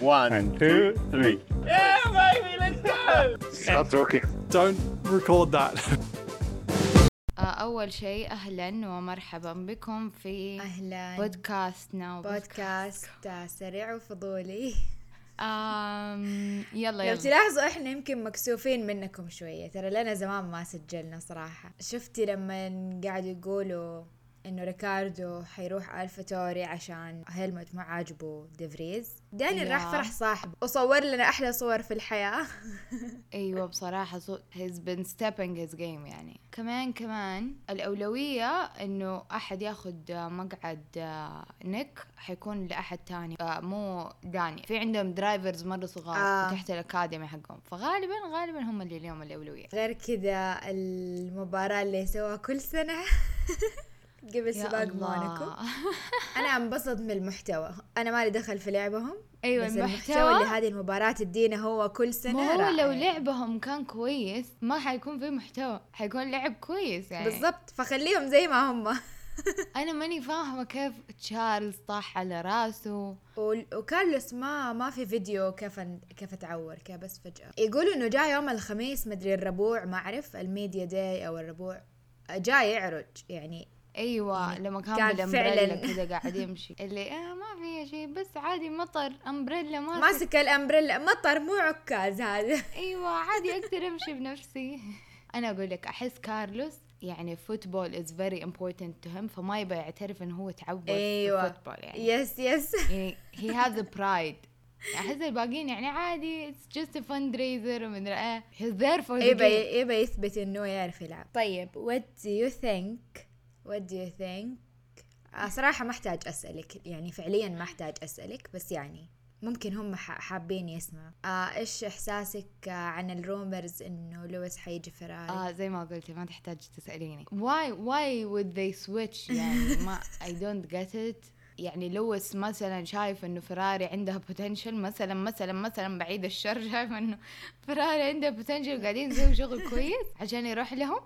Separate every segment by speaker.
Speaker 1: One.
Speaker 2: And two, three.
Speaker 3: Yeah, baby, let's go!
Speaker 1: Stop talking.
Speaker 4: Don't record that.
Speaker 5: أول شيء أهلا ومرحبا بكم في
Speaker 6: اهلا
Speaker 5: بودكاستنا وبودكاست
Speaker 6: بودكاست سريع وفضولي
Speaker 5: آم، Um, يلا
Speaker 6: لو
Speaker 5: يلا
Speaker 6: تلاحظوا احنا يمكن مكسوفين منكم شوية ترى لنا زمان ما سجلنا صراحة شفتي لما قعدوا يقولوا انه ريكاردو حيروح الفا توري عشان هيلمت ما عاجبه ديفريز داني
Speaker 5: يا.
Speaker 6: راح فرح صاحبه وصور لنا احلى صور في الحياة
Speaker 5: أيوة بصراحة صوت he's been stepping his game يعني كمان كمان الأولوية إنه أحد ياخد آه، مقعد آه، نيك حيكون لأحد تاني آه، مو داني في عندهم درايفرز مرة صغار
Speaker 6: آه.
Speaker 5: تحت الأكاديمي حقهم فغالبا غالبا هم اللي اليوم الأولوية
Speaker 6: غير كذا المباراة اللي سواها كل سنة قبل
Speaker 5: يا
Speaker 6: سباق
Speaker 5: الله.
Speaker 6: موناكو انا انبسط من المحتوى انا مالي دخل في لعبهم
Speaker 5: أيوة
Speaker 6: بس
Speaker 5: المحتوى
Speaker 6: المحتوى اللي هذه المباراة تدينا هو كل سنة
Speaker 5: ما هو
Speaker 6: رائع.
Speaker 5: لو لعبهم كان كويس ما حيكون في محتوى حيكون لعب كويس يعني
Speaker 6: بالضبط فخليهم زي ما هم
Speaker 5: انا ماني فاهمه كيف تشارلز طاح على راسه
Speaker 6: وال- وكارلوس ما ما في فيديو كيف كيف تعور كيف بس فجأة يقولوا انه جاء يوم الخميس مدري الربوع ما اعرف الميديا داي او الربوع جاي يعرج يعني
Speaker 5: ايوه
Speaker 6: يعني
Speaker 5: لما كان,
Speaker 6: كان
Speaker 5: بالامبريلا
Speaker 6: فعلاً.
Speaker 5: كذا قاعد يمشي اللي آه ما في شيء بس عادي مطر امبريلا ماسك
Speaker 6: ماسك الامبريلا مطر مو عكاز هذا
Speaker 5: ايوه عادي اقدر امشي بنفسي انا اقول لك احس كارلوس يعني فوتبول از فيري امبورتنت تو هيم فما يبغى يعترف انه هو تعور
Speaker 6: أيوة.
Speaker 5: في الفوتبول يعني
Speaker 6: يس يس
Speaker 5: يعني هي هاز برايد احس الباقيين يعني عادي اتس جاست فند ريزر ومدري ايه هيز ذير فور
Speaker 6: إيه يبى يبى يثبت انه يعرف يلعب طيب what do you think what do you think آه، صراحة ما احتاج اسألك يعني فعليا ما احتاج اسألك بس يعني ممكن هم ح- حابين يسمعوا آه ايش احساسك آه، عن الرومرز انه لويس حيجي فراري آه.
Speaker 5: اه زي ما قلتي ما تحتاج تسأليني why why would they switch يعني ما I don't get it يعني لويس مثلا شايف انه فراري عندها potential مثلا مثلا مثلا بعيد الشر شايف انه فراري عندها potential قاعدين يسوي شغل كويس عشان يروح لهم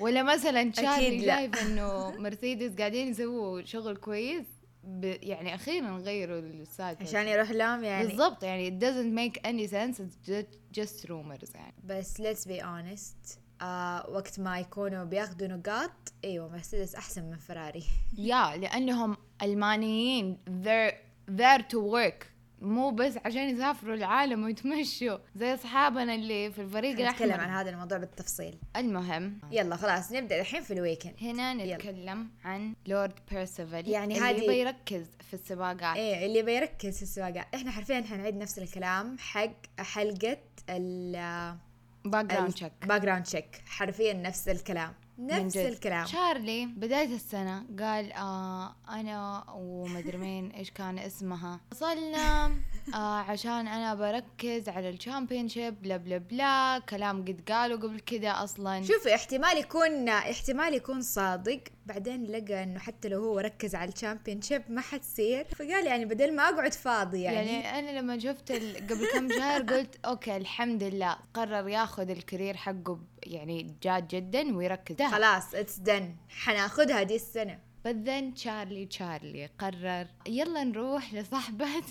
Speaker 5: ولا مثلا
Speaker 6: أكيد
Speaker 5: شارلي
Speaker 6: لا.
Speaker 5: شايف انه مرسيدس قاعدين يسووا شغل كويس ب يعني اخيرا غيروا السالفه
Speaker 6: عشان يروح لهم يعني بالضبط.
Speaker 5: بالضبط يعني it doesn't make any sense it's ju- just rumors يعني
Speaker 6: بس let's be honest آه وقت ما يكونوا بياخدوا نقاط ايوه مرسيدس احسن من فراري
Speaker 5: يا لانهم المانيين they're there to work مو بس عشان يسافروا العالم ويتمشوا زي اصحابنا اللي في الفريق
Speaker 6: نتكلم عن
Speaker 5: الاحمر
Speaker 6: هذا الموضوع بالتفصيل
Speaker 5: المهم
Speaker 6: يلا خلاص نبدا الحين في الويكند
Speaker 5: هنا
Speaker 6: يلا.
Speaker 5: نتكلم عن لورد بيرسيفل
Speaker 6: يعني
Speaker 5: اللي
Speaker 6: هذه-
Speaker 5: يبي يركز في السباقات
Speaker 6: ايه اللي بيركز في السواقة احنا حرفيا حنعيد نفس الكلام حق حلقة ال
Speaker 5: باك جراوند تشيك
Speaker 6: باك جراوند تشيك حرفيا نفس الكلام
Speaker 5: من
Speaker 6: نفس
Speaker 5: جد.
Speaker 6: الكلام
Speaker 5: شارلي بداية السنة قال آه أنا ومدري مين إيش كان اسمها وصلنا آه عشان أنا بركز على الشامبيونشيب بلا بلا بلا كلام قد قالوا قبل كده أصلا
Speaker 6: شوفي احتمال يكون احتمال يكون صادق بعدين لقى انه حتى لو هو ركز على الشامبيونشيب ما حتصير فقال يعني بدل ما اقعد فاضي يعني,
Speaker 5: يعني,
Speaker 6: يعني
Speaker 5: انا لما شفت ال- قبل كم شهر قلت اوكي الحمد لله قرر ياخذ الكارير حقه ب- يعني جاد جدا ويركز ده
Speaker 6: خلاص اتس دن حناخدها دي السنة
Speaker 5: بعدين تشارلي تشارلي قرر يلا نروح لصاحبة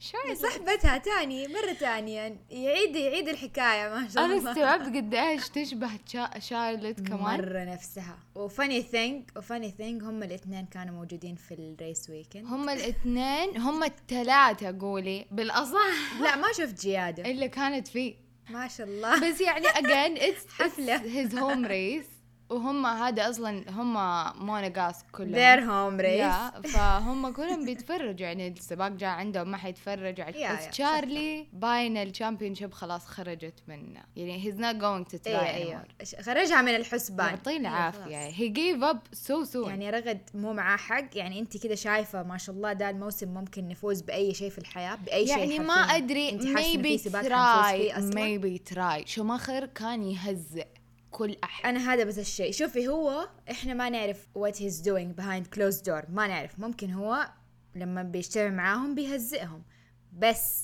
Speaker 5: شو
Speaker 6: صاحبتها تاني مرة تانية يعيد يعيد الحكاية ما شاء
Speaker 5: انا
Speaker 6: الله
Speaker 5: استوعبت قد ايش تشبه تشا- شارلوت كمان
Speaker 6: مره نفسها وفاني ثينج وفاني ثينج هم الاثنين كانوا موجودين في الريس ويكند
Speaker 5: هم الاثنين هم الثلاثة قولي بالاصح
Speaker 6: لا ما شفت جياده
Speaker 5: اللي كانت فيه
Speaker 6: ما شاء الله
Speaker 5: بس يعني اجين اتس
Speaker 6: حفلة.
Speaker 5: هيز هوم ريس وهم هذا اصلا هم موناجاس كلهم
Speaker 6: ذير هوم ريس
Speaker 5: يا، فهم كلهم بيتفرجوا يعني السباق جاء عندهم ما حيتفرجوا
Speaker 6: يا،
Speaker 5: على بس
Speaker 6: يا،
Speaker 5: تشارلي باين الشامبيون شيب خلاص خرجت من يعني هيز نوت جوينج تو
Speaker 6: ايوه
Speaker 5: تراي
Speaker 6: ايوه ش- خرجها من الحسبان
Speaker 5: يعطيه
Speaker 6: أيوة،
Speaker 5: العافيه
Speaker 6: خلاص.
Speaker 5: هي جيف اب سو سو يعني
Speaker 6: يعني رغد مو معاه حق يعني انت كده شايفه ما شاء الله ده الموسم ممكن نفوز باي شيء في الحياه باي شيء
Speaker 5: يعني ما
Speaker 6: حرفياً.
Speaker 5: ادري
Speaker 6: انت حاسه إن في
Speaker 5: ميبي
Speaker 6: سباق حنفوز
Speaker 5: تراي
Speaker 6: فيه اصلا
Speaker 5: ميبي تراي شوماخر كان يهزئ كل احد
Speaker 6: انا هذا بس الشيء شوفي هو احنا ما نعرف وات هيز دوينج بيهايند كلوز دور ما نعرف ممكن هو لما بيجتمع معاهم بيهزئهم بس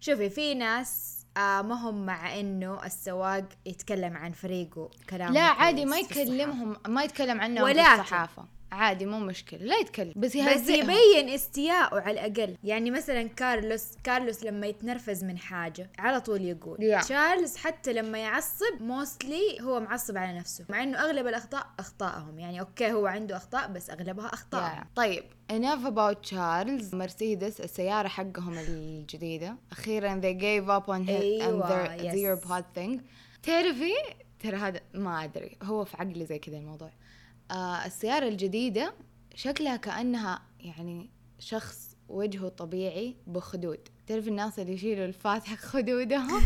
Speaker 6: شوفي في ناس آه ما هم مع انه السواق يتكلم عن فريقه كلام
Speaker 5: لا عادي ما يكلمهم ما يتكلم عنهم في
Speaker 6: ولكن-
Speaker 5: الصحافه عادي مو مشكلة لا يتكلم بس
Speaker 6: بس
Speaker 5: يهزئهم
Speaker 6: يبين استياءه على الاقل يعني مثلا كارلوس كارلوس لما يتنرفز من حاجه على طول يقول
Speaker 5: Yeah.
Speaker 6: تشارلز حتى لما يعصب موستلي هو معصب على نفسه مع انه اغلب الاخطاء اخطائهم يعني اوكي هو عنده اخطاء بس اغلبها اخطاء
Speaker 5: يا. طيب enough about تشارلز مرسيدس السيارة حقهم الجديدة أخيرا they gave up on, his on
Speaker 6: أيوة،
Speaker 5: their,
Speaker 6: yes.
Speaker 5: their pod thing تعرفي ترى هذا ما أدري هو في عقلي زي كذا الموضوع آه السيارة الجديدة شكلها كأنها يعني شخص وجهه طبيعي بخدود تعرف الناس اللي يشيلوا الفاتحة خدودهم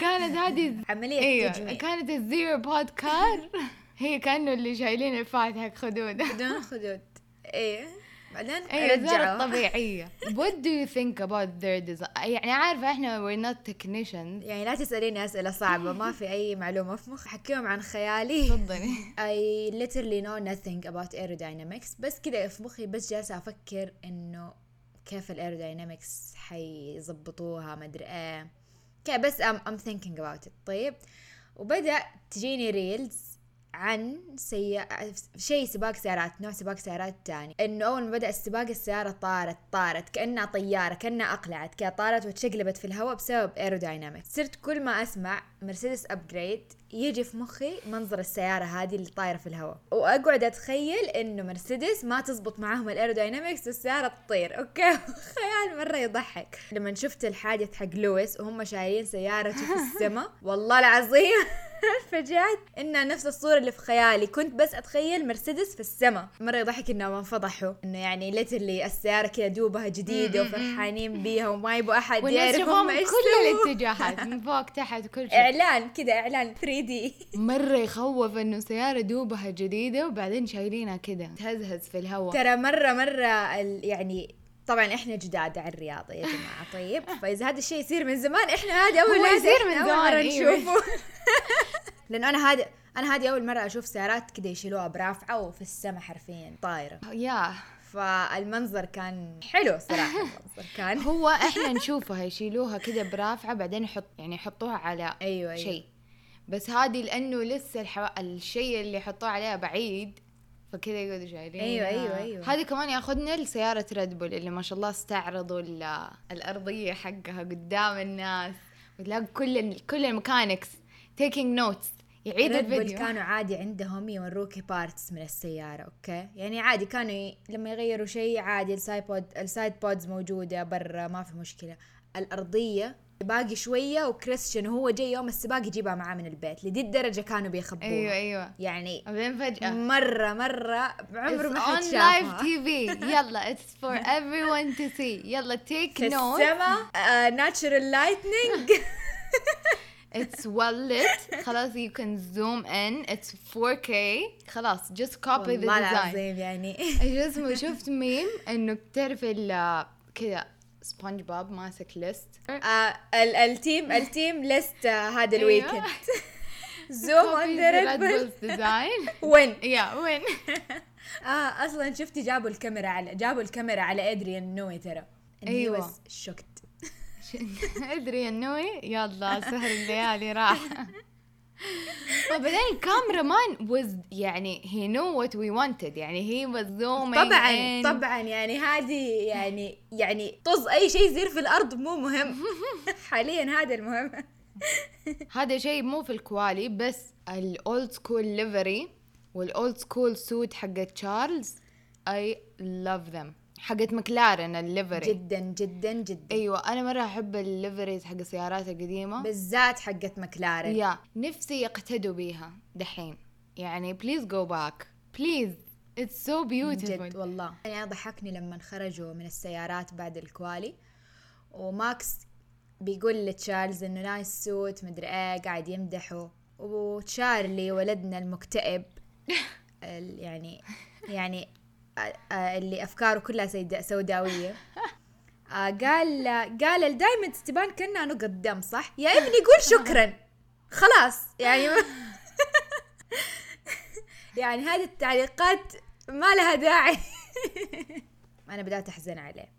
Speaker 5: كانت هذه
Speaker 6: عمليه
Speaker 5: ايوه
Speaker 6: تجميع
Speaker 5: كانت الزيرو بود كار هي كانه اللي شايلين الفاتحه خدوده
Speaker 6: بدون خدود ايه بعدين
Speaker 5: ايوه
Speaker 6: رجعوا
Speaker 5: زر طبيعيه what do you think about their design يعني عارفه احنا we're not technicians
Speaker 6: يعني لا تساليني اسئله صعبه ما في اي معلومه في مخي حكيهم عن خيالي
Speaker 5: تفضلي
Speaker 6: I literally know nothing about aerodynamics بس كذا في مخي بس جالسة أفكر إنه كيف الايروداينامكس حيظبطوها ما أدري إيه كذا بس I'm, I'm thinking about it طيب وبدأ تجيني ريلز عن سي... شيء سباق سيارات نوع سباق سيارات تاني انه اول ما بدا السباق السياره طارت طارت كانها طياره كانها اقلعت كذا طارت وتشقلبت في الهواء بسبب ايروداينامكس صرت كل ما اسمع مرسيدس ابجريد يجي في مخي منظر السياره هذه اللي طايره في الهواء واقعد اتخيل انه مرسيدس ما تزبط معاهم الايروداينامكس والسياره تطير اوكي خيال مره يضحك لما شفت الحادث حق لويس وهم شايلين سيارته في السماء والله العظيم فجأت انها نفس الصورة اللي في خيالي كنت بس اتخيل مرسيدس في السماء مرة يضحك انهم انفضحوا انه يعني ليترلي السيارة كذا دوبها جديدة وفرحانين بيها وما يبغوا احد
Speaker 5: والناس
Speaker 6: يعرف
Speaker 5: يشوفهم
Speaker 6: هم
Speaker 5: كل
Speaker 6: ايش سووا.
Speaker 5: الاتجاهات من فوق تحت كل شيء
Speaker 6: اعلان كذا اعلان 3 دي
Speaker 5: مره يخوف انه سياره دوبها جديده وبعدين شايلينها كذا تهزهز في الهواء
Speaker 6: ترى مرة مرة ال- يعني طبعا احنا جداد على الرياضة يا جماعة طيب فإذا هذا الشيء يصير من زمان احنا هذا أول
Speaker 5: هو
Speaker 6: هذا
Speaker 5: يصير
Speaker 6: إحنا
Speaker 5: من
Speaker 6: أول
Speaker 5: زمان،
Speaker 6: مرة
Speaker 5: أيوة.
Speaker 6: نشوفه لأنه أنا هذا أنا هذه أول مرة أشوف سيارات كذا يشيلوها برافعة وفي السماء حرفيا طايرة
Speaker 5: يا
Speaker 6: فالمنظر كان حلو صراحة المنظر كان
Speaker 5: هو احنا نشوفها يشيلوها كذا برافعه بعدين يحط يعني يحطوها على
Speaker 6: أيوة، أيوة.
Speaker 5: شيء بس هذه لانه لسه الحو... الشيء اللي حطوه عليها بعيد فكذا يقعدوا شايلين
Speaker 6: أيوة، أيوة، أيوة.
Speaker 5: هذه كمان ياخذنا لسياره ريد بول اللي ما شاء الله استعرضوا ال- الارضيه حقها قدام الناس وتلاقي كل ال- كل الميكانكس تيكينج نوتس يعيد
Speaker 6: ريد بول
Speaker 5: الفيديو
Speaker 6: كانوا عادي عندهم يوروكي بارتس من السيارة اوكي يعني عادي كانوا ي... لما يغيروا شيء عادي السايد بود السايد بودز موجودة برا ما في مشكلة الأرضية باقي شوية وكريستيان وهو جاي يوم السباق يجيبها معاه من البيت لدي الدرجة كانوا بيخبوها
Speaker 5: ايوه ايوه
Speaker 6: يعني
Speaker 5: بعدين فجاه
Speaker 6: مرة مرة عمره ما حد
Speaker 5: آه. It's on live
Speaker 6: شافها
Speaker 5: TV يلا it's for everyone to see يلا take
Speaker 6: في
Speaker 5: note
Speaker 6: السماء ناتشرال لايتنينج
Speaker 5: It's well lit. خلاص you can zoom in. It's 4K. خلاص just copy the
Speaker 6: والله
Speaker 5: design.
Speaker 6: العظيم يعني
Speaker 5: ايش اسمه شفت ميم انه بتعرف ال كذا سبونج بوب ماسك ليست
Speaker 6: آه، ال- التيم التيم ليست آه، هذا
Speaker 5: أيوة.
Speaker 6: الويكند زوم اون ذا ريد بول
Speaker 5: ديزاين
Speaker 6: وين
Speaker 5: يا وين
Speaker 6: اه اصلا شفتي جابوا الكاميرا على جابوا الكاميرا على ادريان نوي ترى
Speaker 5: أيوة.
Speaker 6: ايوه شوكت
Speaker 5: ادري النوي يلا سهر الليالي راح وبعدين الكاميرا مان was يعني he knew what we wanted يعني he was zooming
Speaker 6: طبعا
Speaker 5: in.
Speaker 6: طبعا يعني هذه يعني يعني طز اي شيء يصير في الارض مو مهم حاليا هذا المهم
Speaker 5: هذا شيء مو في الكوالي بس الاولد سكول ليفري والاولد سكول سوت حقت تشارلز اي لاف ذم حقت مكلارن الليفري
Speaker 6: جدا جدا جدا
Speaker 5: ايوه انا مره احب الليفريز حق السيارات القديمه
Speaker 6: بالذات حقت مكلارن
Speaker 5: يا نفسي يقتدوا بيها دحين يعني بليز جو باك بليز اتس سو
Speaker 6: جد
Speaker 5: بيوتيفول
Speaker 6: والله يعني انا ضحكني لما خرجوا من السيارات بعد الكوالي وماكس بيقول لتشارلز انه نايس سوت مدري ايه قاعد يمدحه وتشارلي ولدنا المكتئب ال- يعني يعني آه، آه، اللي افكاره كلها سيدا- سوداويه آه، قال قال الدايموندز تبان كانها نقط دم صح؟ يا ابني قول شكرا خلاص يعني يعني هذه التعليقات ما لها داعي انا بدات احزن عليه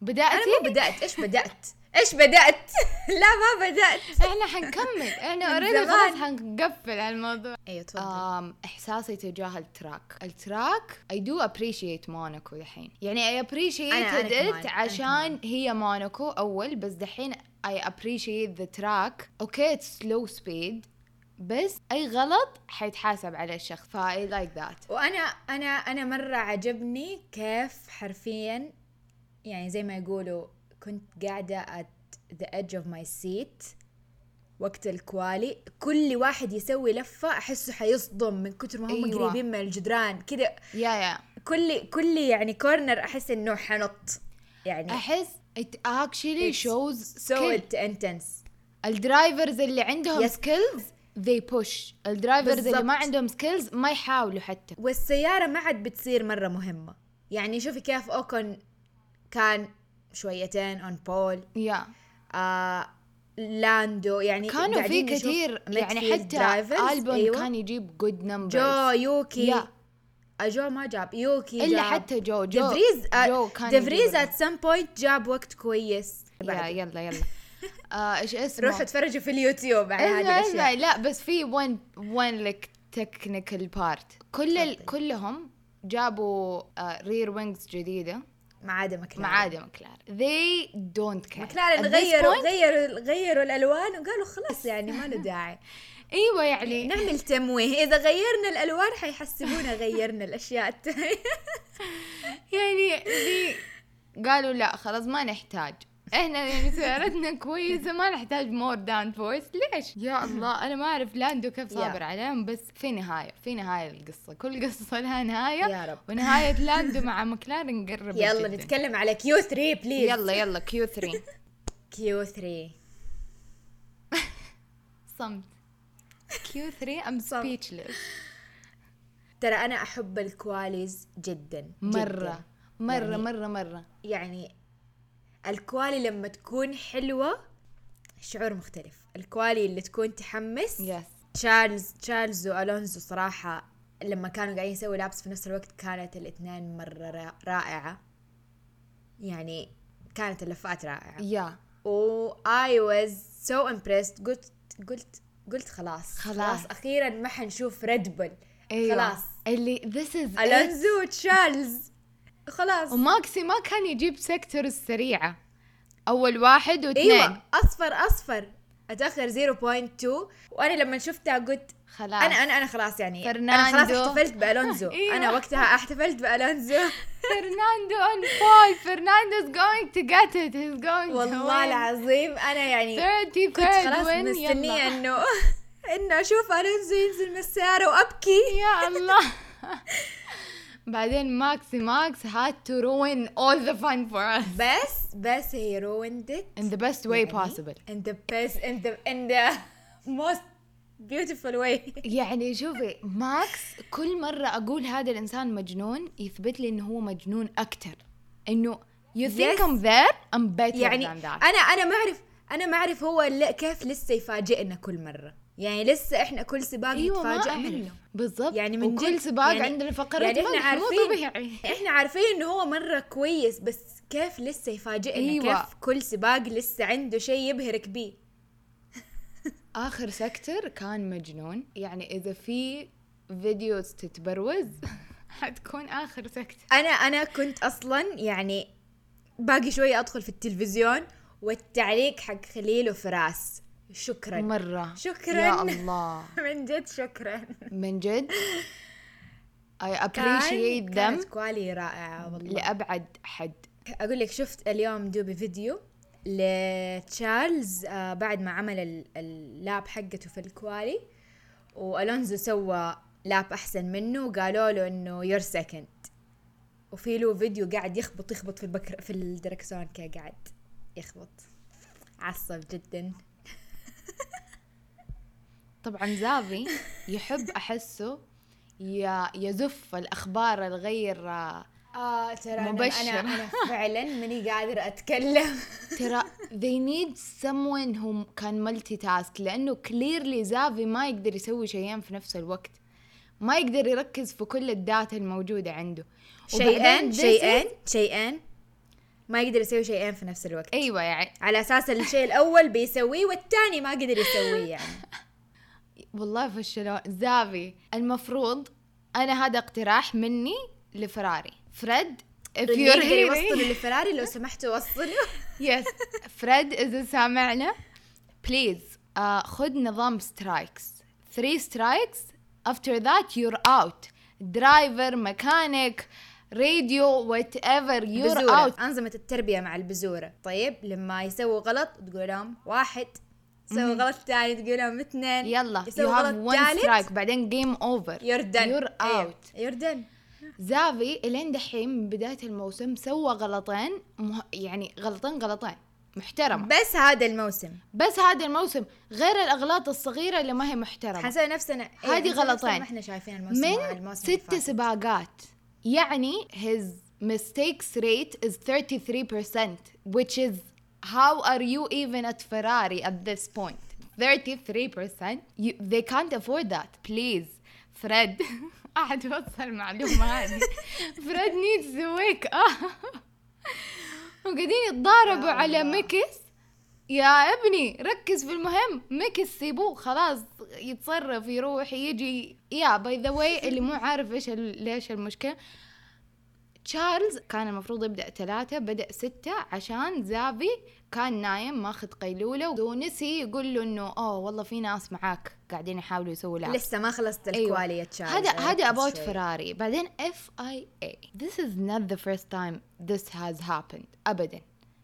Speaker 5: بدأتي
Speaker 6: انا مو بدات ايش بدات ايش بدأت؟ لا ما بدأت
Speaker 5: احنا حنكمل احنا
Speaker 6: من
Speaker 5: اوريدي
Speaker 6: زمان.
Speaker 5: خلاص حنقفل على الموضوع
Speaker 6: ايوه تفضل
Speaker 5: أم احساسي تجاه التراك التراك اي دو ابريشيت موناكو الحين يعني اي
Speaker 6: أنا- أنا
Speaker 5: ابريشيت
Speaker 6: كمان،
Speaker 5: ات
Speaker 6: أنا
Speaker 5: عشان هي موناكو اول بس دحين اي ابريشيت ذا تراك اوكي اتس سلو سبيد بس اي غلط حيتحاسب عليه الشخص فاي لايك ذات
Speaker 6: وانا انا انا مره عجبني كيف حرفيا يعني زي ما يقولوا كنت قاعده at the edge of my seat وقت الكوالي كل واحد يسوي لفه احسه حيصدم من كتر ما هم
Speaker 5: أيوة.
Speaker 6: أيوة. قريبين من الجدران كذا
Speaker 5: يا يا
Speaker 6: كل كل يعني كورنر احس انه حنط يعني
Speaker 5: احس it actually
Speaker 6: It's
Speaker 5: shows
Speaker 6: سو
Speaker 5: skill
Speaker 6: انتنس
Speaker 5: الدرايفرز اللي عندهم
Speaker 6: Yes.
Speaker 5: سكيلز they push الدرايفرز اللي ما
Speaker 6: بالضبط.
Speaker 5: عندهم سكيلز ما يحاولوا حتى
Speaker 6: والسياره ما عاد بتصير مره مهمه يعني شوفي كيف اوكن كان شويتين اون بول
Speaker 5: يا
Speaker 6: آه لاندو يعني
Speaker 5: كانوا في
Speaker 6: قاعدين نشوف
Speaker 5: كثير يعني
Speaker 6: midfield
Speaker 5: حتى
Speaker 6: drivers.
Speaker 5: البون أيوة. كان يجيب جود
Speaker 6: جو
Speaker 5: نمبرز
Speaker 6: يوكي
Speaker 5: يا.
Speaker 6: آه، جو ما جاب يوكي
Speaker 5: الا
Speaker 6: جاب.
Speaker 5: حتى جو جو
Speaker 6: دفريز آه،
Speaker 5: جو كان
Speaker 6: دفريز
Speaker 5: يجيب
Speaker 6: ات سم بوينت جاب وقت كويس
Speaker 5: يا
Speaker 6: بعد.
Speaker 5: يلا يلا آه، ايش اسمه
Speaker 6: روحوا اتفرجوا في اليوتيوب على هذه
Speaker 5: اسمع اسمع
Speaker 6: الاشياء
Speaker 5: لا بس في ون ون لك تكنيكال بارت كل ال...
Speaker 6: تفضلي.
Speaker 5: كلهم جابوا آه، رير وينجز جديده
Speaker 6: ما عدا مكلارن
Speaker 5: ما عدا مكلارن they don't care At
Speaker 6: مكلارن
Speaker 5: this
Speaker 6: غيروا
Speaker 5: point-
Speaker 6: غيروا غيروا الالوان وقالوا خلاص يعني ما له داعي
Speaker 5: ايوه يعني
Speaker 6: نعمل تمويه اذا غيرنا الالوان حيحسبونا غيرنا الاشياء التانية
Speaker 5: يعني دي قالوا لا خلاص ما نحتاج احنا يعني سيارتنا كويسه ما نحتاج مور دان فورس ليش يا الله انا ما اعرف لاندو كيف صابر
Speaker 6: يا.
Speaker 5: عليهم بس في نهايه في نهايه القصه كل قصه لها نهايه
Speaker 6: يا رب.
Speaker 5: ونهايه لاندو مع مكلارن قربت
Speaker 6: يلا
Speaker 5: جداً.
Speaker 6: نتكلم على كيو 3 بليز
Speaker 5: يلا يلا كيو 3
Speaker 6: كيو 3
Speaker 5: صمت كيو 3 ام
Speaker 6: صمت.
Speaker 5: سبيتشلس
Speaker 6: ترى انا احب الكواليز جدا
Speaker 5: مره
Speaker 6: جداً.
Speaker 5: مره
Speaker 6: يعني-
Speaker 5: مره مره
Speaker 6: يعني الكوالي لما تكون حلوه شعور مختلف الكوالي اللي تكون تحمس
Speaker 5: يس
Speaker 6: تشارلز تشارلز والونزو صراحه لما كانوا قاعدين يسووا لابس في نفس الوقت كانت الاثنين مره را- رائعه يعني كانت اللفات رائعه
Speaker 5: يا
Speaker 6: و I was so impressed قلت قلت قلت خلاص
Speaker 5: خلاص.
Speaker 6: خلاص اخيرا ما حنشوف ريد بول
Speaker 5: ايوه
Speaker 6: خلاص
Speaker 5: اللي ذس از
Speaker 6: الونزو وتشارلز خلاص
Speaker 5: وماكسي ما كان يجيب سيكتور السريعة أول واحد واثنين
Speaker 6: ايوه اصفر اصفر اتاخر 0.2 وانا لما شفتها قلت
Speaker 5: خلاص
Speaker 6: انا انا انا خلاص يعني انا خلاص
Speaker 5: فرناندو.
Speaker 6: احتفلت بالونزو
Speaker 5: أيوة.
Speaker 6: انا وقتها احتفلت بالونزو
Speaker 5: فرناندو اون بوي فرناندو is going to get it he's going to
Speaker 6: والله العظيم انا يعني
Speaker 5: 30
Speaker 6: كنت خلاص مستنيه
Speaker 5: يلا.
Speaker 6: انه انه اشوف الونزو ينزل من السياره وابكي
Speaker 5: يا الله بعدين ماكسي ماكس had to ruin all the fun for us
Speaker 6: بس بس هي رويند ات
Speaker 5: in the best way
Speaker 6: يعني؟
Speaker 5: possible
Speaker 6: in the best in the in the most beautiful way
Speaker 5: يعني شوفي ماكس كل مرة أقول هذا الإنسان مجنون يثبت لي إنه هو مجنون أكتر إنه you think
Speaker 6: Yes.
Speaker 5: I'm there I'm better
Speaker 6: يعني
Speaker 5: than that
Speaker 6: انا انا ما اعرف انا ما اعرف هو ل- كيف لسه يفاجئنا كل مره يعني لسه احنا كل سباق
Speaker 5: ايوه ما
Speaker 6: نتفاجئ
Speaker 5: أعرف.
Speaker 6: منه
Speaker 5: بالضبط
Speaker 6: يعني من
Speaker 5: وكل
Speaker 6: جد،
Speaker 5: سباق
Speaker 6: يعني-
Speaker 5: عندنا فقرات
Speaker 6: يعني
Speaker 5: مدح،
Speaker 6: احنا
Speaker 5: مو
Speaker 6: عارفين-
Speaker 5: طبيعي
Speaker 6: احنا عارفين انه هو مره كويس بس كيف لسه يفاجئنا
Speaker 5: أيوة.
Speaker 6: أيوة. كيف كل سباق لسه عنده شيء يبهرك بيه
Speaker 5: اخر سكتر كان مجنون يعني اذا في فيديوز تتبروز حتكون اخر سكتر
Speaker 6: انا انا كنت اصلا يعني باقي شويه ادخل في التلفزيون والتعليق حق خليل وفراس شكرا
Speaker 5: مره
Speaker 6: طيب. شكراً.
Speaker 5: يا الله
Speaker 6: من جد شكرا
Speaker 5: من جد اي
Speaker 6: كان-
Speaker 5: ابريشيت ذم
Speaker 6: كانت كوالي رائعه والله
Speaker 5: لابعد حد
Speaker 6: اقول لك شفت اليوم دوبي فيديو لتشارلز آه، بعد ما عمل ال- اللاب حقته في الكوالي والونزو سوى لاب احسن منه وقالوا له انه يور سكند وفي له فيديو قاعد يخبط يخبط في البكر في الدركسون كده قاعد يخبط عصب جدا
Speaker 5: طبعا زافي يحب احسه ي- يزف الاخبار الغير
Speaker 6: اه ترى
Speaker 5: آه، أنا- أنا- أنا
Speaker 6: انا انا فعلا ماني قادر اتكلم
Speaker 5: ترى they need someone who كان مالتي تاسك لانه كليرلي زافي ما يقدر يسوي شيئين في نفس الوقت ما يقدر يركز في كل الداتا الموجوده عنده وبعدين
Speaker 6: شيئين
Speaker 5: this is-
Speaker 6: شيئين شيئين ما يقدر يسوي شيئين في نفس الوقت
Speaker 5: ايوه يعني
Speaker 6: على اساس الشيء الاول بيسويه والثاني ما قدر يسويه يعني
Speaker 5: والله فشلون زافي المفروض انا هذا اقتراح مني لفراري فريد if
Speaker 6: اللي
Speaker 5: you're
Speaker 6: يقدر يوصل
Speaker 5: hearing
Speaker 6: لفراري لو سمحتوا وصلوا
Speaker 5: yes فريد اذا سامعنا بليز uh, خذ نظام سترايكس 3 سترايكس after that you're out درايفر ميكانيك راديو وات ايفر you're
Speaker 6: بزورة
Speaker 5: out
Speaker 6: أنظمة التربية مع البزورة طيب لما يسووا غلط تقول لهم واحد يسووا غلط ثاني تقول لهم اثنين
Speaker 5: يلا you
Speaker 6: يسووا
Speaker 5: have
Speaker 6: غلط
Speaker 5: one
Speaker 6: ثالث
Speaker 5: strike بعدين جيم اوفر
Speaker 6: you're done
Speaker 5: you're out
Speaker 6: أيوة. you're done
Speaker 5: زافي الين دحين من بداية الموسم سوى غلطين مه... يعني غلطين غلطين محترمة
Speaker 6: بس هذا الموسم
Speaker 5: بس هذا الموسم غير الأغلاط الصغيرة اللي ما هي محترمة
Speaker 6: حنسوي نفسنا إيه،
Speaker 5: هذه
Speaker 6: حنسوي نفسنا
Speaker 5: غلطين.
Speaker 6: ما احنا شايفين الموسم مع
Speaker 5: من
Speaker 6: الموسم اللي
Speaker 5: ست
Speaker 6: فات.
Speaker 5: سباقات يعني his mistakes rate is 33% which is how are you even at Ferrari at this point 33% you, they can't afford that please Ah, فريد أحد يوصل المعلومة هذه فريد needs to wake up وقاعدين يتضاربوا على ميكس يا ابني ركز في المهم ميكس سيبوه خلاص يتصرف يروح يجي يا باي ذا واي اللي مو عارف ايش ال- ليش المشكله تشارلز كان المفروض يبدا ثلاثة بدا ستة عشان زافي كان نايم ماخذ قيلولة ونسي يقول له انه اوه والله في ناس معاك قاعدين يحاولوا يسووا لعب
Speaker 6: لسه ما خلصت
Speaker 5: أيوة.
Speaker 6: الكوالي يا تشارلز
Speaker 5: هذا هذا
Speaker 6: ركز
Speaker 5: about
Speaker 6: شوي.
Speaker 5: فراري بعدين FIA this is not the first time this has happened ابدا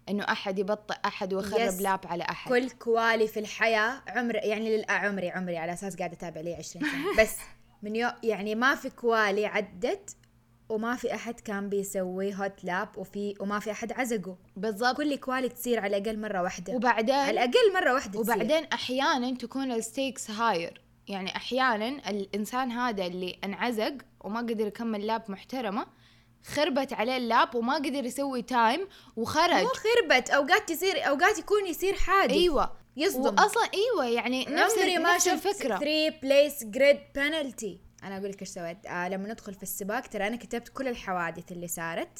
Speaker 5: انه احد يبطئ احد ويخرب
Speaker 6: Yes.
Speaker 5: لاب على احد
Speaker 6: كل كوالي في الحياة عمر يعني للأ عمري عمري على أساس قاعدة أتابع لي 20 سنة بس من يو يعني ما في كوالي عدت وما في أحد كان بيسوي هوت لاب وفي وما في أحد عزقه
Speaker 5: بالضبط
Speaker 6: كل كوالي تصير على الأقل مرة واحدة على
Speaker 5: وبعدين
Speaker 6: الأقل مرة واحدة تصير.
Speaker 5: وبعدين احيانا تكون الستيكس هاير يعني احيانا الانسان هذا اللي انعزق وما قدر يكمل لاب محترمه خربت عليه اللاب وما قدر يسوي تايم وخرج
Speaker 6: مو خربت أوقات تصير أوقات يكون يصير حادث
Speaker 5: ايوه
Speaker 6: يصدم
Speaker 5: واصلا ايوه يعني نفس
Speaker 6: عمري ما
Speaker 5: نفس
Speaker 6: شفت
Speaker 5: الفكره
Speaker 6: 3 بليس جريد بنالتي انا اقول لك ايش سويت آه لما ندخل في السباق ترى انا كتبت كل الحوادث اللي صارت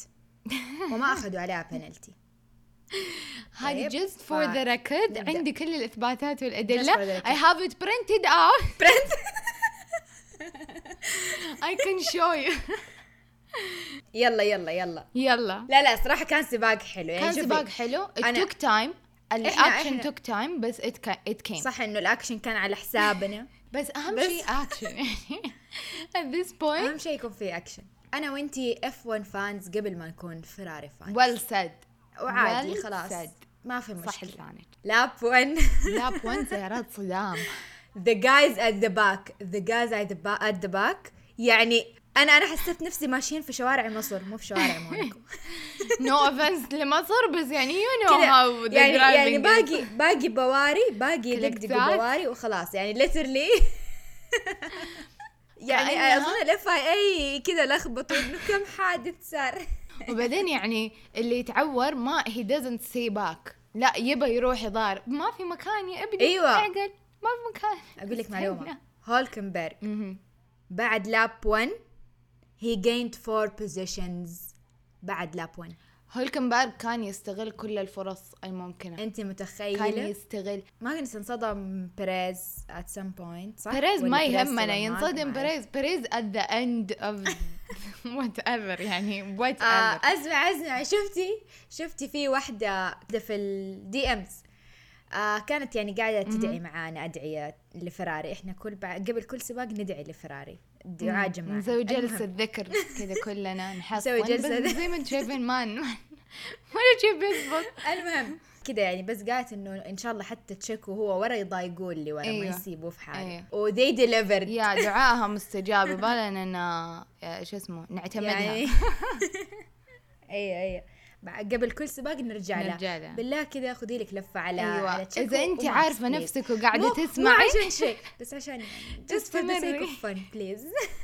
Speaker 6: وما اخذوا عليها بنالتي
Speaker 5: هذه
Speaker 6: طيب،
Speaker 5: جست
Speaker 6: ف-
Speaker 5: فور ذا ريكورد
Speaker 6: نبدأ.
Speaker 5: عندي كل الاثباتات
Speaker 6: Just
Speaker 5: والادله
Speaker 6: for the record.
Speaker 5: اي هاف ات برنتد اوت برنت اي كان شو يو
Speaker 6: يلا يلا يلا
Speaker 5: يلا
Speaker 6: لا لا صراحه كان سباق حلو يعني
Speaker 5: كان
Speaker 6: شوفي،
Speaker 5: سباق حلو ات
Speaker 6: أنا-
Speaker 5: توك تايم
Speaker 6: إحنا-
Speaker 5: الاكشن توك تايم بس ات ات كيم
Speaker 6: صح انه الاكشن كان على حسابنا
Speaker 5: بس اهم
Speaker 6: بس-
Speaker 5: شيء اكشن at this point
Speaker 6: اهم شيء يكون في اكشن انا وانتي اف 1 فانز قبل ما نكون فراري فانز
Speaker 5: well said
Speaker 6: وعادي
Speaker 5: well
Speaker 6: خلاص
Speaker 5: said.
Speaker 6: ما في
Speaker 5: صح
Speaker 6: مشكله
Speaker 5: لسانك
Speaker 6: لاب 1
Speaker 5: لاب وين سيارات صدام
Speaker 6: the guys at the back the guys at the, ba- at the back يعني انا انا حسيت نفسي ماشيين في شوارع مصر مو في شوارع موناكو
Speaker 5: نو اوفنس لمصر بس يعني يو نو
Speaker 6: كذا
Speaker 5: هاو
Speaker 6: يعني يعني باقي باقي بواري باقي يدقدقوا
Speaker 5: كلاكسات.
Speaker 6: بواري وخلاص يعني ليترلي يعني
Speaker 5: كأنها-
Speaker 6: اظن الاف اي اي كذا لخبطوا انه كم حادث صار
Speaker 5: وبعدين يعني اللي يتعور ما هي doesn't say back لا يبى يروح يضارب ما في مكان يا ابني
Speaker 6: أيوة.
Speaker 5: اعقل ما في مكان
Speaker 6: اقول لك
Speaker 5: استنى.
Speaker 6: معلومه هولكنبرغ
Speaker 5: مهم.
Speaker 6: بعد لاب 1 هي gained 4 positions بعد لاب 1
Speaker 5: هولكنبرغ كان يستغل كل الفرص الممكنه
Speaker 6: انت متخيله
Speaker 5: كان يستغل
Speaker 6: ما قلت انصدم بيريز at some point صح؟
Speaker 5: بيريز
Speaker 6: ولا
Speaker 5: ما
Speaker 6: بيريز
Speaker 5: يهمنا
Speaker 6: صدم معاك؟
Speaker 5: ينصدم
Speaker 6: ما أعرف.
Speaker 5: بيريز بيريز at the end of وات ايفر يعني وات
Speaker 6: آه
Speaker 5: ايفر
Speaker 6: اسمع اسمع شفتي شفتي في واحدة في الدي امز آه كانت يعني قاعدة تدعي معانا أدعية لفراري احنا كل بع... قبل كل سباق ندعي لفراري دعاء جماعي
Speaker 5: نسوي جلسة
Speaker 6: المهم،
Speaker 5: ذكر كذا كلنا نحط
Speaker 6: أيوة. نسوي جلسة
Speaker 5: بس زي ما انتم شايفين ما ن- ولا شيء بيزبط
Speaker 6: المهم كده يعني بس قالت انه ان شاء الله حتى تشيكو هو ورا يضايقون لي ورا أيوه.
Speaker 5: أيوة.
Speaker 6: ما يسيبوه في حاله
Speaker 5: أيوة.
Speaker 6: أيوه. وذي ديليفرد
Speaker 5: يا دعائها مستجاب يبالنا ان آه، شو اسمه نعتمدها
Speaker 6: يعني ايوه ايوه مع- قبل كل سباق نرجع لها
Speaker 5: نرجع لها.
Speaker 6: بالله كذا خذي لك لفه على
Speaker 5: ايوه
Speaker 6: على تشيكو
Speaker 5: اذا انت
Speaker 6: وما
Speaker 5: عارفه
Speaker 6: تسليك.
Speaker 5: نفسك وقاعده
Speaker 6: مو- مو
Speaker 5: تسمعي
Speaker 6: عشان شيء بس عشان just for the sake
Speaker 5: تستمري.
Speaker 6: of fun please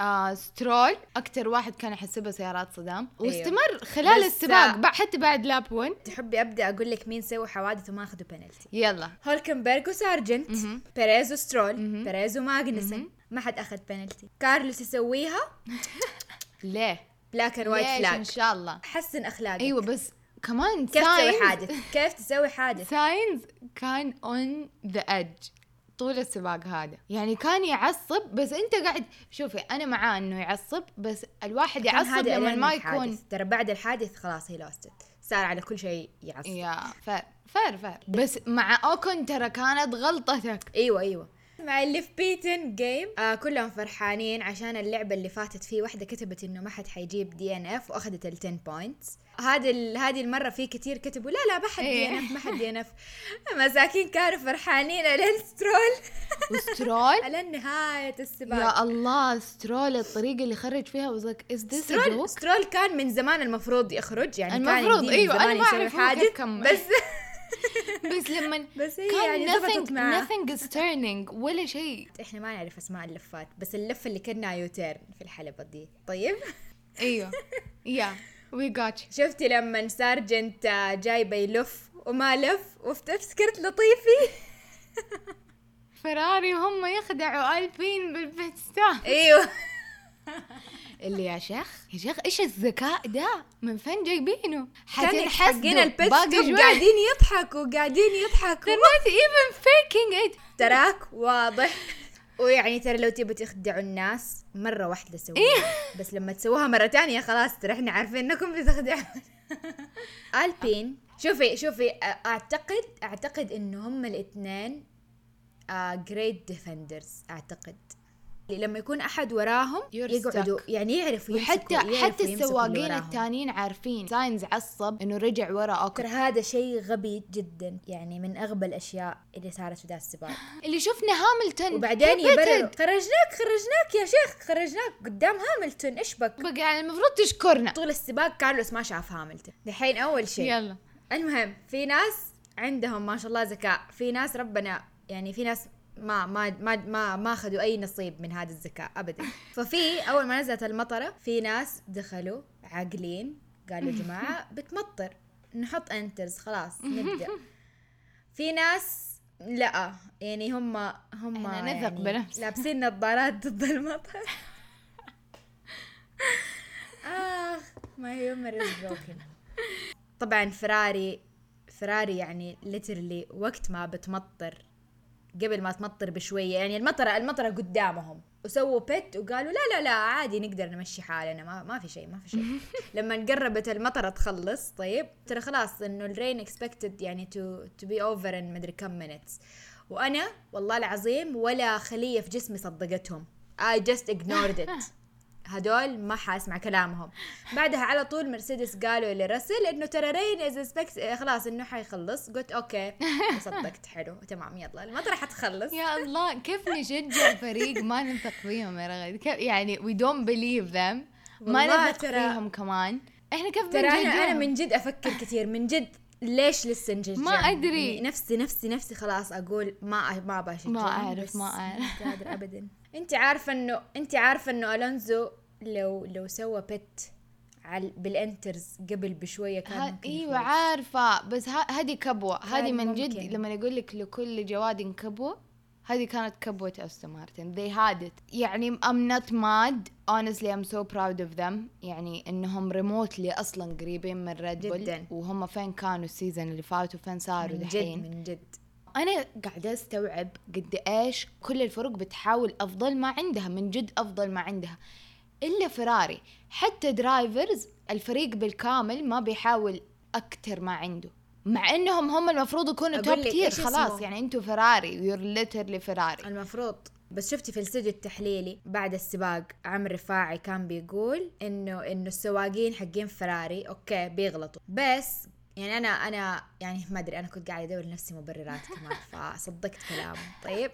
Speaker 5: آه سترول اكثر واحد كان احسبه سيارات صدام
Speaker 6: أيوة.
Speaker 5: واستمر خلال
Speaker 6: بس- آه،
Speaker 5: السباق بع- حتى بعد لاب 1
Speaker 6: تحبي ابدا اقول لك مين سوى حوادث وما اخذوا بنالتي
Speaker 5: يلا
Speaker 6: هولكنبرغ وسارجنت بيريز وسترول بيريز وماغنسن ما حد اخذ بنالتي كارلوس يسويها
Speaker 5: ليه
Speaker 6: بلاك اند وايت
Speaker 5: ليش ان
Speaker 6: فلاج
Speaker 5: شاء الله
Speaker 6: حسن اخلاقك
Speaker 5: ايوه بس كمان
Speaker 6: كيف تسوي
Speaker 5: signs-
Speaker 6: حادث كيف تسوي حادث
Speaker 5: ساينز كان اون ذا ادج طول السباق هذا يعني كان يعصب بس انت قاعد شوفي انا معاه انه يعصب بس الواحد
Speaker 6: كان
Speaker 5: يعصب
Speaker 6: هذا
Speaker 5: لما
Speaker 6: ألين
Speaker 5: ما
Speaker 6: الحادث.
Speaker 5: يكون
Speaker 6: ترى بعد الحادث خلاص هي لوستد صار على كل شيء يعصب
Speaker 5: يا فر فر فر بس مع اوكن ترى كانت غلطتك
Speaker 6: ايوه ايوه مع اللي في بيتن جيم آه كلهم فرحانين عشان اللعبه اللي فاتت فيه واحده كتبت انه ما حد حيجيب دي ان اف واخذت ال 10 بوينتس هذه ال- هذه المره في كتير كتبوا لا لا ما حد دي ان
Speaker 5: إيه.
Speaker 6: اف ما حد دي ان اف مساكين كانوا فرحانين الين سترول
Speaker 5: وسترول
Speaker 6: الين نهايه السباق
Speaker 5: يا آه، الله سترول الطريقه اللي خرج فيها was like is this a
Speaker 6: سترول
Speaker 5: joke
Speaker 6: سترول كان من زمان المفروض يخرج يعني كان
Speaker 5: المفروض،
Speaker 6: يديه من
Speaker 5: أيوة، أنا
Speaker 6: زمان
Speaker 5: ما
Speaker 6: يسوي
Speaker 5: أعرف هو كيف
Speaker 6: حادث
Speaker 5: كمل.
Speaker 6: بس
Speaker 5: بس لما
Speaker 6: بس هي
Speaker 5: كان
Speaker 6: يعني
Speaker 5: nothing
Speaker 6: ضبطت معاه
Speaker 5: nothing is turning ولا شيء
Speaker 6: احنا ما نعرف اسماء اللفات بس اللفه اللي كنا يوتيرن في الحلبه دي طيب
Speaker 5: ايوه يا we got you
Speaker 6: شفتي لما سارجنت آه، جايبه يلف وما لف وافتكرت لطيفي
Speaker 5: فراري هم يخدعوا البين بالبيت ستوب
Speaker 6: ايوه
Speaker 5: اللي يا شيخ يا شيخ ايش الذكاء ده من فين جايبينه
Speaker 6: كان حقين
Speaker 5: حتنحسدوا
Speaker 6: البيت
Speaker 5: باقي
Speaker 6: ستوب
Speaker 5: شوي.
Speaker 6: قاعدين يضحكوا قاعدين يضحكوا
Speaker 5: They're not even faking it
Speaker 6: تراك واضح ويعني ترى لو تبوا تخدعوا الناس مرة واحدة
Speaker 5: إيه.
Speaker 6: سووها بس لما تسووها مرة تانية خلاص ترى احنا عارفين انكم بتخدعون البين شوفي شوفي أ- اعتقد اعتقد انه هم آه، الاثنين جريت ديفندرز اعتقد لما يكون احد وراهم
Speaker 5: You're
Speaker 6: يقعدوا
Speaker 5: stuck.
Speaker 6: يعني يعرفوا
Speaker 5: وحتى
Speaker 6: يمسكوا- يعرفوا
Speaker 5: حتى
Speaker 6: يمسكوا اللي
Speaker 5: السواقين
Speaker 6: وراهم.
Speaker 5: التانيين عارفين ساينز عصب انه رجع ورا
Speaker 6: ترى
Speaker 5: اوكر
Speaker 6: هذا شيء غبي جدا يعني من اغبى الاشياء اللي صارت في ذا السباق
Speaker 5: اللي شفنا هاملتون
Speaker 6: وبعدين
Speaker 5: pivoted.
Speaker 6: يبرروا خرجناك خرجناك يا شيخ خرجناك قدام هاملتون ايش بك
Speaker 5: بقى يعني المفروض تشكرنا
Speaker 6: طول السباق كارلوس ما شاف هاملتون دحين اول شيء
Speaker 5: يلا
Speaker 6: المهم في ناس عندهم ما شاء الله ذكاء في ناس ربنا يعني في ناس ما ما ما ما ما اخذوا اي نصيب من هذا الذكاء ابدا ففي اول ما نزلت المطره في ناس دخلوا عاقلين قالوا يا جماعه بتمطر نحط انترز خلاص نبدا في ناس لا يعني هم هم
Speaker 5: إحنا نثق
Speaker 6: يعني
Speaker 5: بنفسنا.
Speaker 6: لابسين نظارات ضد المطر اخ ما هيومر بروكن طبعا فراري فراري يعني ليترلي وقت ما بتمطر قبل ما تمطر بشويه يعني المطره المطره قدامهم وسووا بيت وقالوا لا لا لا عادي نقدر نمشي حالنا ما, ما في شيء ما في شيء لما قربت المطره تخلص طيب ترى خلاص انه الرين اكسبكتد يعني تو تو بي اوفر ان مدري كم مينتس وانا والله العظيم ولا خليه في جسمي صدقتهم I just ignored it هدول ما حاسمع كلامهم بعدها على طول مرسيدس قالوا لرسل انه ترى رين از سبكس خلاص انه حيخلص قلت اوكي صدقت حلو تمام يلا المطرح حتخلص
Speaker 5: يا الله كيف نشجع فريق ما نثق فيهم يا رغد كيف- يعني we don't believe them ما
Speaker 6: والله
Speaker 5: نثق
Speaker 6: ترى-
Speaker 5: فيهم كمان احنا كيف
Speaker 6: ترى انا انا
Speaker 5: بنشجعهم؟
Speaker 6: من جد افكر كثير من جد ليش لسه نجد يعني
Speaker 5: ما أدري.
Speaker 6: نفسي نفسي نفسي خلاص اقول ما ما ابغى أشجعهم،
Speaker 5: ما أعرف،
Speaker 6: بس
Speaker 5: ما أعرف.
Speaker 6: مش قادر ابدا انت عارفه انه انت عارفه انه الونزو لو لو سوى بت على بالانترز قبل بشويه كان
Speaker 5: ه-
Speaker 6: ممكن
Speaker 5: ايوه
Speaker 6: يفوز.
Speaker 5: عارفه بس ه- هذه كبوه هذه
Speaker 6: كان
Speaker 5: من
Speaker 6: ممكن.
Speaker 5: جد لما يقول لك لكل جواد كبوه هذه كانت كبوة أستون مارتن they had it يعني I'm not mad honestly I'm so proud of them يعني إنهم ريموتلي أصلا قريبين من ريد بول
Speaker 6: جداً.
Speaker 5: وهم فين كانوا السيزون اللي فات وفين صاروا
Speaker 6: من
Speaker 5: دحين
Speaker 6: جد من جد
Speaker 5: انا قاعده استوعب قد ايش كل الفرق بتحاول افضل ما عندها من جد افضل ما عندها الا فراري حتى درايفرز الفريق بالكامل ما بيحاول اكتر ما عنده مع انهم هم المفروض يكونوا
Speaker 6: أقول
Speaker 5: توب
Speaker 6: لك
Speaker 5: تير
Speaker 6: إيش اسمه؟
Speaker 5: خلاص يعني انتوا فراري يور ليترلي فراري
Speaker 6: المفروض بس شفتي في الاستوديو التحليلي بعد السباق عمرو رفاعي كان بيقول انه انه السواقين حقين فراري اوكي بيغلطوا بس يعني انا انا يعني ما ادري انا كنت قاعده ادور لنفسي مبررات كمان فصدقت كلامه طيب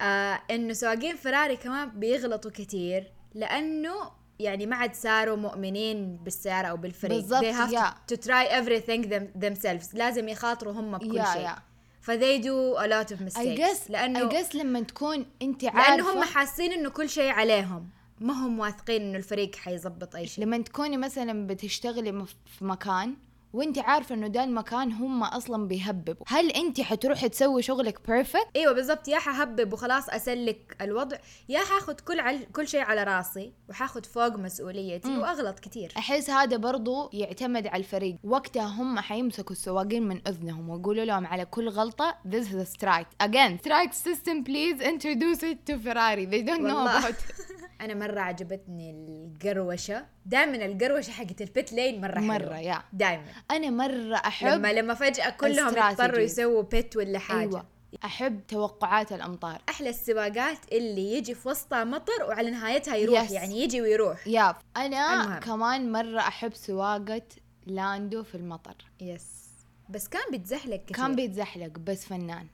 Speaker 6: آه انه سواقين فراري كمان بيغلطوا كتير لانه يعني ما عاد صاروا مؤمنين بالسياره او بالفريق
Speaker 5: بالضبط،
Speaker 6: they have
Speaker 5: yeah.
Speaker 6: to, to try everything them, themselves لازم يخاطروا هم بكل
Speaker 5: Yeah,
Speaker 6: شيء
Speaker 5: yeah.
Speaker 6: فthey do a lot of
Speaker 5: اي
Speaker 6: mistakes
Speaker 5: جس
Speaker 6: لانه
Speaker 5: لانه اي جس لما تكون انت
Speaker 6: لانه هم
Speaker 5: عارفه
Speaker 6: حاسين انه كل شيء عليهم ما هم واثقين انه الفريق حيظبط اي شيء
Speaker 5: لما تكوني مثلا بتشتغلي مف- في مكان وانت عارفه انه ده المكان هم اصلا بيهببوا هل انت حتروحي تسوي شغلك بيرفكت
Speaker 6: ايوه بالضبط يا حهبب وخلاص اسلك الوضع يا حاخد كل عل... كل شيء على راسي وحاخد فوق مسؤوليتي
Speaker 5: مم.
Speaker 6: واغلط كثير
Speaker 5: احس هذا برضو يعتمد على الفريق وقتها هم حيمسكوا السواقين من اذنهم ويقولوا لهم على كل غلطه this is a strike again strike system please introduce it to Ferrari they don't know
Speaker 6: والله.
Speaker 5: about it
Speaker 6: انا مره عجبتني القروشه دائما القروشه حقت البيت لين مره حلوة.
Speaker 5: مرة، يا.
Speaker 6: دائما
Speaker 5: انا مره احب
Speaker 6: لما لما فجاه كلهم
Speaker 5: استراتيجي.
Speaker 6: يضطروا يسووا بيت ولا حاجه
Speaker 5: ايوه احب توقعات الامطار
Speaker 6: احلى السباقات اللي يجي في وسطها مطر وعلى نهايتها يروح
Speaker 5: Yes.
Speaker 6: يعني يجي ويروح
Speaker 5: ياب انا
Speaker 6: المهم.
Speaker 5: كمان مره احب سواقه لاندو في المطر
Speaker 6: يس بس كان بيتزحلق كثير نعم.
Speaker 5: كان بيتزحلق بس فنان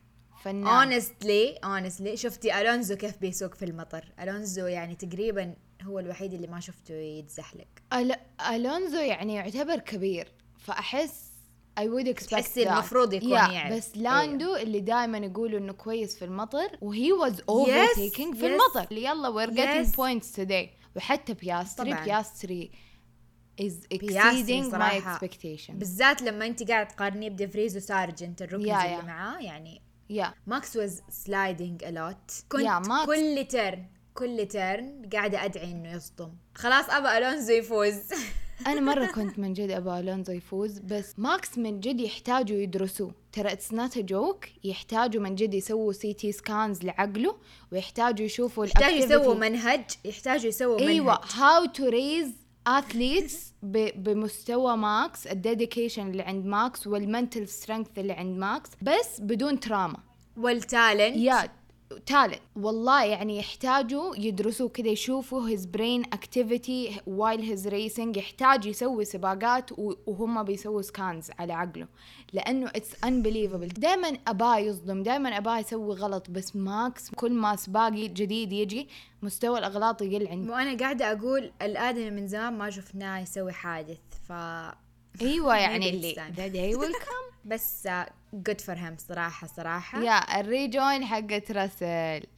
Speaker 5: فنان
Speaker 6: اونستلي اونستلي شفتي الونزو كيف بيسوق في المطر الونزو يعني تقريبا هو الوحيد اللي ما شفته يتزحلق
Speaker 5: أل... الونزو يعني يعتبر كبير فاحس I would expect
Speaker 6: تحسي
Speaker 5: that.
Speaker 6: المفروض يكون يعني. إيه.
Speaker 5: Yeah,
Speaker 6: يعرف.
Speaker 5: بس لاندو اللي دائما يقولوا انه كويس في المطر وهي was overtaking في
Speaker 6: yes.
Speaker 5: المطر يلا we're getting
Speaker 6: Yes.
Speaker 5: points today وحتى بياستري
Speaker 6: طبعاً.
Speaker 5: بياستري is
Speaker 6: بياستري
Speaker 5: exceeding my
Speaker 6: صراحة
Speaker 5: expectations
Speaker 6: بالذات لما انت قاعد تقارنيه بديفريز وسارجنت الركنز
Speaker 5: يا- يا.
Speaker 6: اللي معاه يعني
Speaker 5: yeah.
Speaker 6: ماكس واز سلايدنج الوت كنت
Speaker 5: يا ماكس.
Speaker 6: كل ترن كل ترن قاعده ادعي انه يصدم خلاص ابى الونزو يفوز
Speaker 5: انا مره كنت من جد ابغى الونزو يفوز بس ماكس من جد يحتاجوا يدرسوه ترى اتس نوت جوك يحتاجوا من جد يسووا سي تي سكانز لعقله ويحتاجوا يشوفوا
Speaker 6: يحتاجوا
Speaker 5: الactivity.
Speaker 6: يسووا منهج يحتاجوا يسووا منهج
Speaker 5: ايوه هاو تو ريز اثليتس بمستوى ماكس الديديكيشن اللي عند ماكس والمنتل سترينث اللي عند ماكس بس بدون تراما
Speaker 6: والتالنت
Speaker 5: يا تالنت والله يعني يحتاجوا يدرسوا كذا يشوفوا his brain activity while his racing يحتاج يسوي سباقات و- وهم بيسووا سكانز على عقله لانه it's unbelievable دائما اباه يصدم دائما اباه يسوي غلط بس ماكس كل ما سباق جديد يجي مستوى الاغلاط يقل عنده
Speaker 6: وانا قاعده اقول الادمي من زمان ما شفناه يسوي حادث ف
Speaker 5: ايوه يعني
Speaker 6: Maybe
Speaker 5: اللي
Speaker 6: it's time.
Speaker 5: the day will come
Speaker 6: بس جود فور هيم صراحه صراحه
Speaker 5: يا الريجوين حقت راسل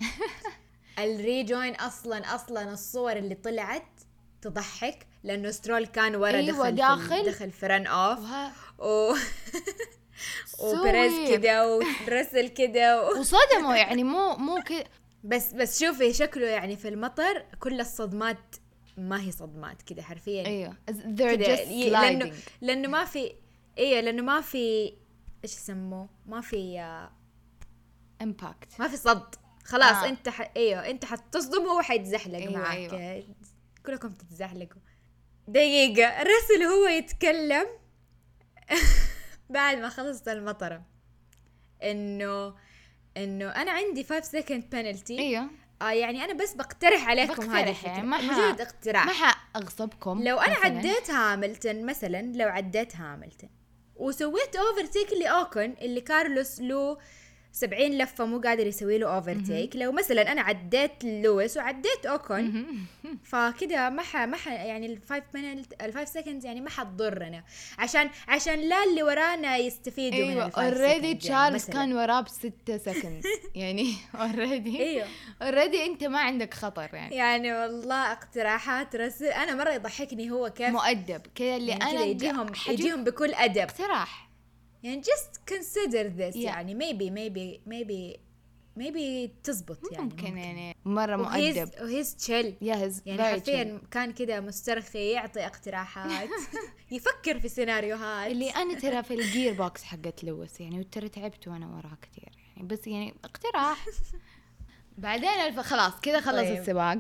Speaker 6: الريجوين اصلا اصلا الصور اللي طلعت تضحك لانه سترول كان ورا
Speaker 5: أيوة،
Speaker 6: دخل
Speaker 5: داخل.
Speaker 6: في دخل فرن اوف
Speaker 5: وها-
Speaker 6: و وبريز
Speaker 5: سويب.
Speaker 6: كده ورسل كده و...
Speaker 5: وصدموا يعني مو مو كذا
Speaker 6: إيه. بس بس شوفي شكله يعني في المطر كل الصدمات ما هي صدمات كده حرفيا
Speaker 5: ايوه they're
Speaker 6: كده
Speaker 5: just
Speaker 6: ي- لانه
Speaker 5: sliding
Speaker 6: لانه ما في ايوه لانه ما في ايش يسموه ما في آه،
Speaker 5: امباكت
Speaker 6: ما في صد خلاص
Speaker 5: آه.
Speaker 6: آه. انت ح... ايوه انت حتتصدم وهو حيتزحلق
Speaker 5: أيوة،
Speaker 6: أيوة معك
Speaker 5: أيوة.
Speaker 6: أيوة. كلكم تتزحلقوا دقيقة الرسل هو يتكلم بعد ما خلصت المطرة انه انه انا عندي 5 سكند بنالتي
Speaker 5: ايوه
Speaker 6: آه يعني انا بس بقترح عليكم هذه
Speaker 5: بقترح
Speaker 6: الفكرة
Speaker 5: يعني ما ح-
Speaker 6: مجرد اقتراح
Speaker 5: ما حاغصبكم
Speaker 6: لو انا
Speaker 5: مثلاً.
Speaker 6: عديت هاملتون مثلا لو عديت هاملتون وسويت اوفرتيك لاوكن اللي كارلوس له 70 لفه مو قادر يسوي له اوفرتيك لو مثلا انا عديت لويس وعديت اوكن فكده ما ح ما ح يعني الفايف منت الفايف سكند يعني ما حتضرنا عشان عشان لا اللي ورانا يستفيدوا من
Speaker 5: ايوه
Speaker 6: الفايف
Speaker 5: اوريدي
Speaker 6: سكند يعني
Speaker 5: تشارلز
Speaker 6: مثلاً.
Speaker 5: كان وراه بستة سكند يعني اوريدي
Speaker 6: ايوه
Speaker 5: اوريدي انت ما عندك خطر يعني
Speaker 6: يعني والله اقتراحات رسل انا مره يضحكني هو كيف
Speaker 5: مؤدب كذا اللي
Speaker 6: يعني كده
Speaker 5: انا
Speaker 6: يجيهم
Speaker 5: حجيب
Speaker 6: يجيهم بكل ادب
Speaker 5: اقتراح
Speaker 6: يعني just consider this
Speaker 5: Yeah.
Speaker 6: yeah. يعني maybe maybe maybe maybe تزبط يعني
Speaker 5: ممكن يعني مره مؤدب
Speaker 6: وهيز وهيز تشيل
Speaker 5: يهز
Speaker 6: يعني حرفيا كان كده مسترخي يعطي اقتراحات يفكر في سيناريوهات
Speaker 5: اللي انا ترى في الجير بوكس حقت لويس يعني ترى تعبت وانا وراه كثير يعني بس يعني اقتراح بعدين الف... خلاص كذا خلص
Speaker 6: طيب.
Speaker 5: السباق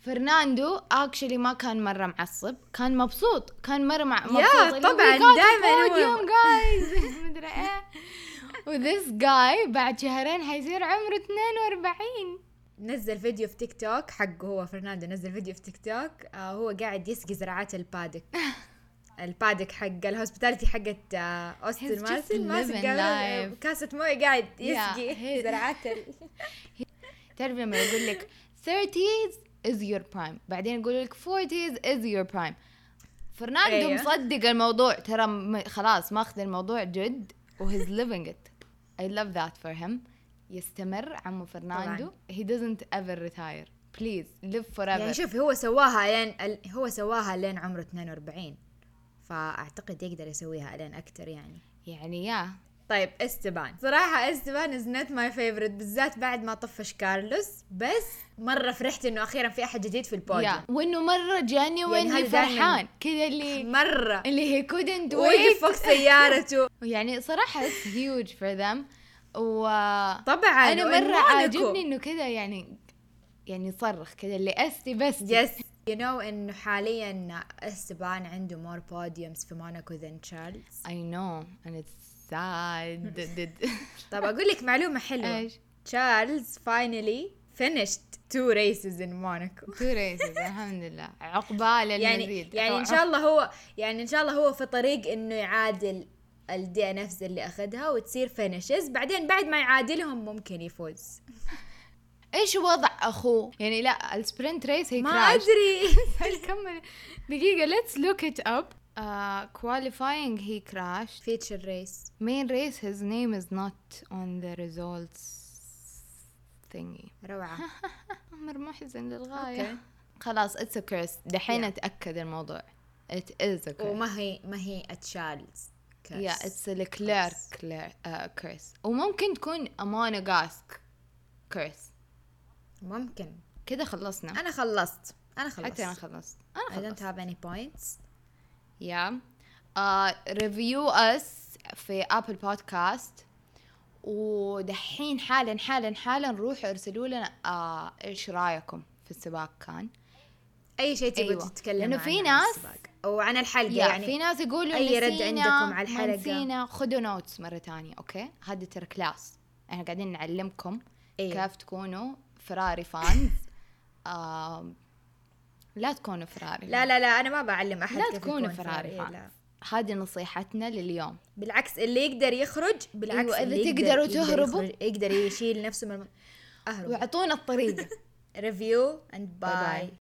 Speaker 5: فرناندو اكشلي ما كان مره معصب كان مبسوط كان مره مع... مبسوط اللي
Speaker 6: طبعاً،
Speaker 5: we got a
Speaker 6: دايماً هو-
Speaker 5: podium guys مدري ايه وذس جاي بعد شهرين حيصير عمره 42
Speaker 6: نزل فيديو في تيك توك حقه هو فرناندو نزل فيديو في تيك توك آه هو قاعد يسقي زراعات البادك البادك حق الهوسبيتاليتي حقت آه
Speaker 5: He's
Speaker 6: اوستن
Speaker 5: just
Speaker 6: مارتن
Speaker 5: living
Speaker 6: ماسك قهوة-
Speaker 5: life.
Speaker 6: كاسة مويه قاعد يسقي
Speaker 5: Yeah, he-
Speaker 6: زراعات ال...
Speaker 5: تعرف لما يقول لك 30s is your prime بعدين يقول لك 40s is your prime فرناندو أيوه.
Speaker 6: أيوه.
Speaker 5: مصدق الموضوع ترى م- خلاص ماخذ الموضوع جد وهيز living it I love that for him يستمر عمو فرناندو he doesn't ever retire please live forever
Speaker 6: يعني شوف هو سواها لين ال- هو سواها لين عمره 42 فأعتقد يقدر يسويها ألين أكتر يعني
Speaker 5: يعني يا
Speaker 6: طيب استبان صراحة استبان از نوت ماي فيفورت بالذات بعد ما طفش كارلوس بس مرة فرحت انه اخيرا في احد جديد في البوديوم
Speaker 5: يا وانه مره جاني واني
Speaker 6: يعني هذا دايماً-
Speaker 5: فرحان كذا اللي
Speaker 6: مرة
Speaker 5: اللي هي couldn't
Speaker 6: وقف
Speaker 5: wait
Speaker 6: فوق سيارته
Speaker 5: يعني صراحه it's huge for them و
Speaker 6: طبعا
Speaker 5: انا
Speaker 6: وإن
Speaker 5: مره
Speaker 6: مونكو.
Speaker 5: عاجبني انه كذا يعني يعني صرخ كذا اللي استي بس
Speaker 6: يس يو نو انه حاليا استبان عنده مور بوديومز في موناكو ذان تشارلز
Speaker 5: I know and it's sad
Speaker 6: طب اقول لك معلومة حلوة
Speaker 5: ايش
Speaker 6: تشارلز فاينلي finished two races in
Speaker 5: تو
Speaker 6: Monaco
Speaker 5: ريسز الحمد لله عقبال
Speaker 6: يعني
Speaker 5: المزيد
Speaker 6: يعني ان شاء الله هو يعني ان شاء الله هو في طريق انه يعادل الدي ان افز اللي اخذها وتصير فينشز بعدين بعد ما يعادلهم ممكن يفوز
Speaker 5: ايش وضع اخوه يعني لا السبرنت ريس هي
Speaker 6: ما
Speaker 5: كراش.
Speaker 6: ادري
Speaker 5: هل كمل دقيقة let's look it up uh, qualifying he crashed
Speaker 6: فيتشر ريس
Speaker 5: main race his name is not on the results thingy
Speaker 6: روعة
Speaker 5: أمر محزن للغاية
Speaker 6: أوكي.
Speaker 5: خلاص it's a curse دحين
Speaker 6: Yeah.
Speaker 5: اتأكد الموضوع it is a curse
Speaker 6: وما هي ما هي تشارلز
Speaker 5: yeah it's a Leclerc uh, curse وممكن تكون a monegasque curse
Speaker 6: ممكن
Speaker 5: كده خلصنا
Speaker 6: انا خلصت انا خلصت
Speaker 5: حتى أنا خلصت
Speaker 6: I
Speaker 5: أنا
Speaker 6: don't
Speaker 5: خلصت
Speaker 6: have any points
Speaker 5: يا ريفيو اس Uh, في ابل بودكاست ودحين حالا حالا حالا روحوا ارسلوا لنا آه، ايش رايكم في السباق كان
Speaker 6: اي شيء تبغى
Speaker 5: أيوة.
Speaker 6: أيوة. تتكلم
Speaker 5: لأنه
Speaker 6: عنه
Speaker 5: في
Speaker 6: عن
Speaker 5: ناس-
Speaker 6: السباق. او عن الحلقة
Speaker 5: يعني
Speaker 6: يعني
Speaker 5: في ناس يقولوا
Speaker 6: أي رد
Speaker 5: نسينا،
Speaker 6: عندكم على
Speaker 5: ما
Speaker 6: الحلقة؟
Speaker 5: نسينا خذوا نوتس مره تانية اوكي هذا ترى كلاس احنا قاعدين نعلمكم
Speaker 6: أيوة.
Speaker 5: كيف تكونوا فراري فانز آه لا تكونوا فراري
Speaker 6: لا لا لا انا ما بعلم احد
Speaker 5: إيه. لا
Speaker 6: كيف
Speaker 5: تكونوا
Speaker 6: يكون
Speaker 5: فراري
Speaker 6: إيه،
Speaker 5: فانز
Speaker 6: لا.
Speaker 5: هذه نصيحتنا لليوم
Speaker 6: بالعكس اللي يقدر يخرج بالعكس
Speaker 5: أيوة، إذا
Speaker 6: اللي يقدر-
Speaker 5: تقدروا
Speaker 6: يقدر
Speaker 5: تهربوا.
Speaker 6: يخرج- يقدر يشيل نفسه من الم... اهرب
Speaker 5: واعطونا الطريقه
Speaker 6: ريفيو اند
Speaker 5: باي.
Speaker 6: باي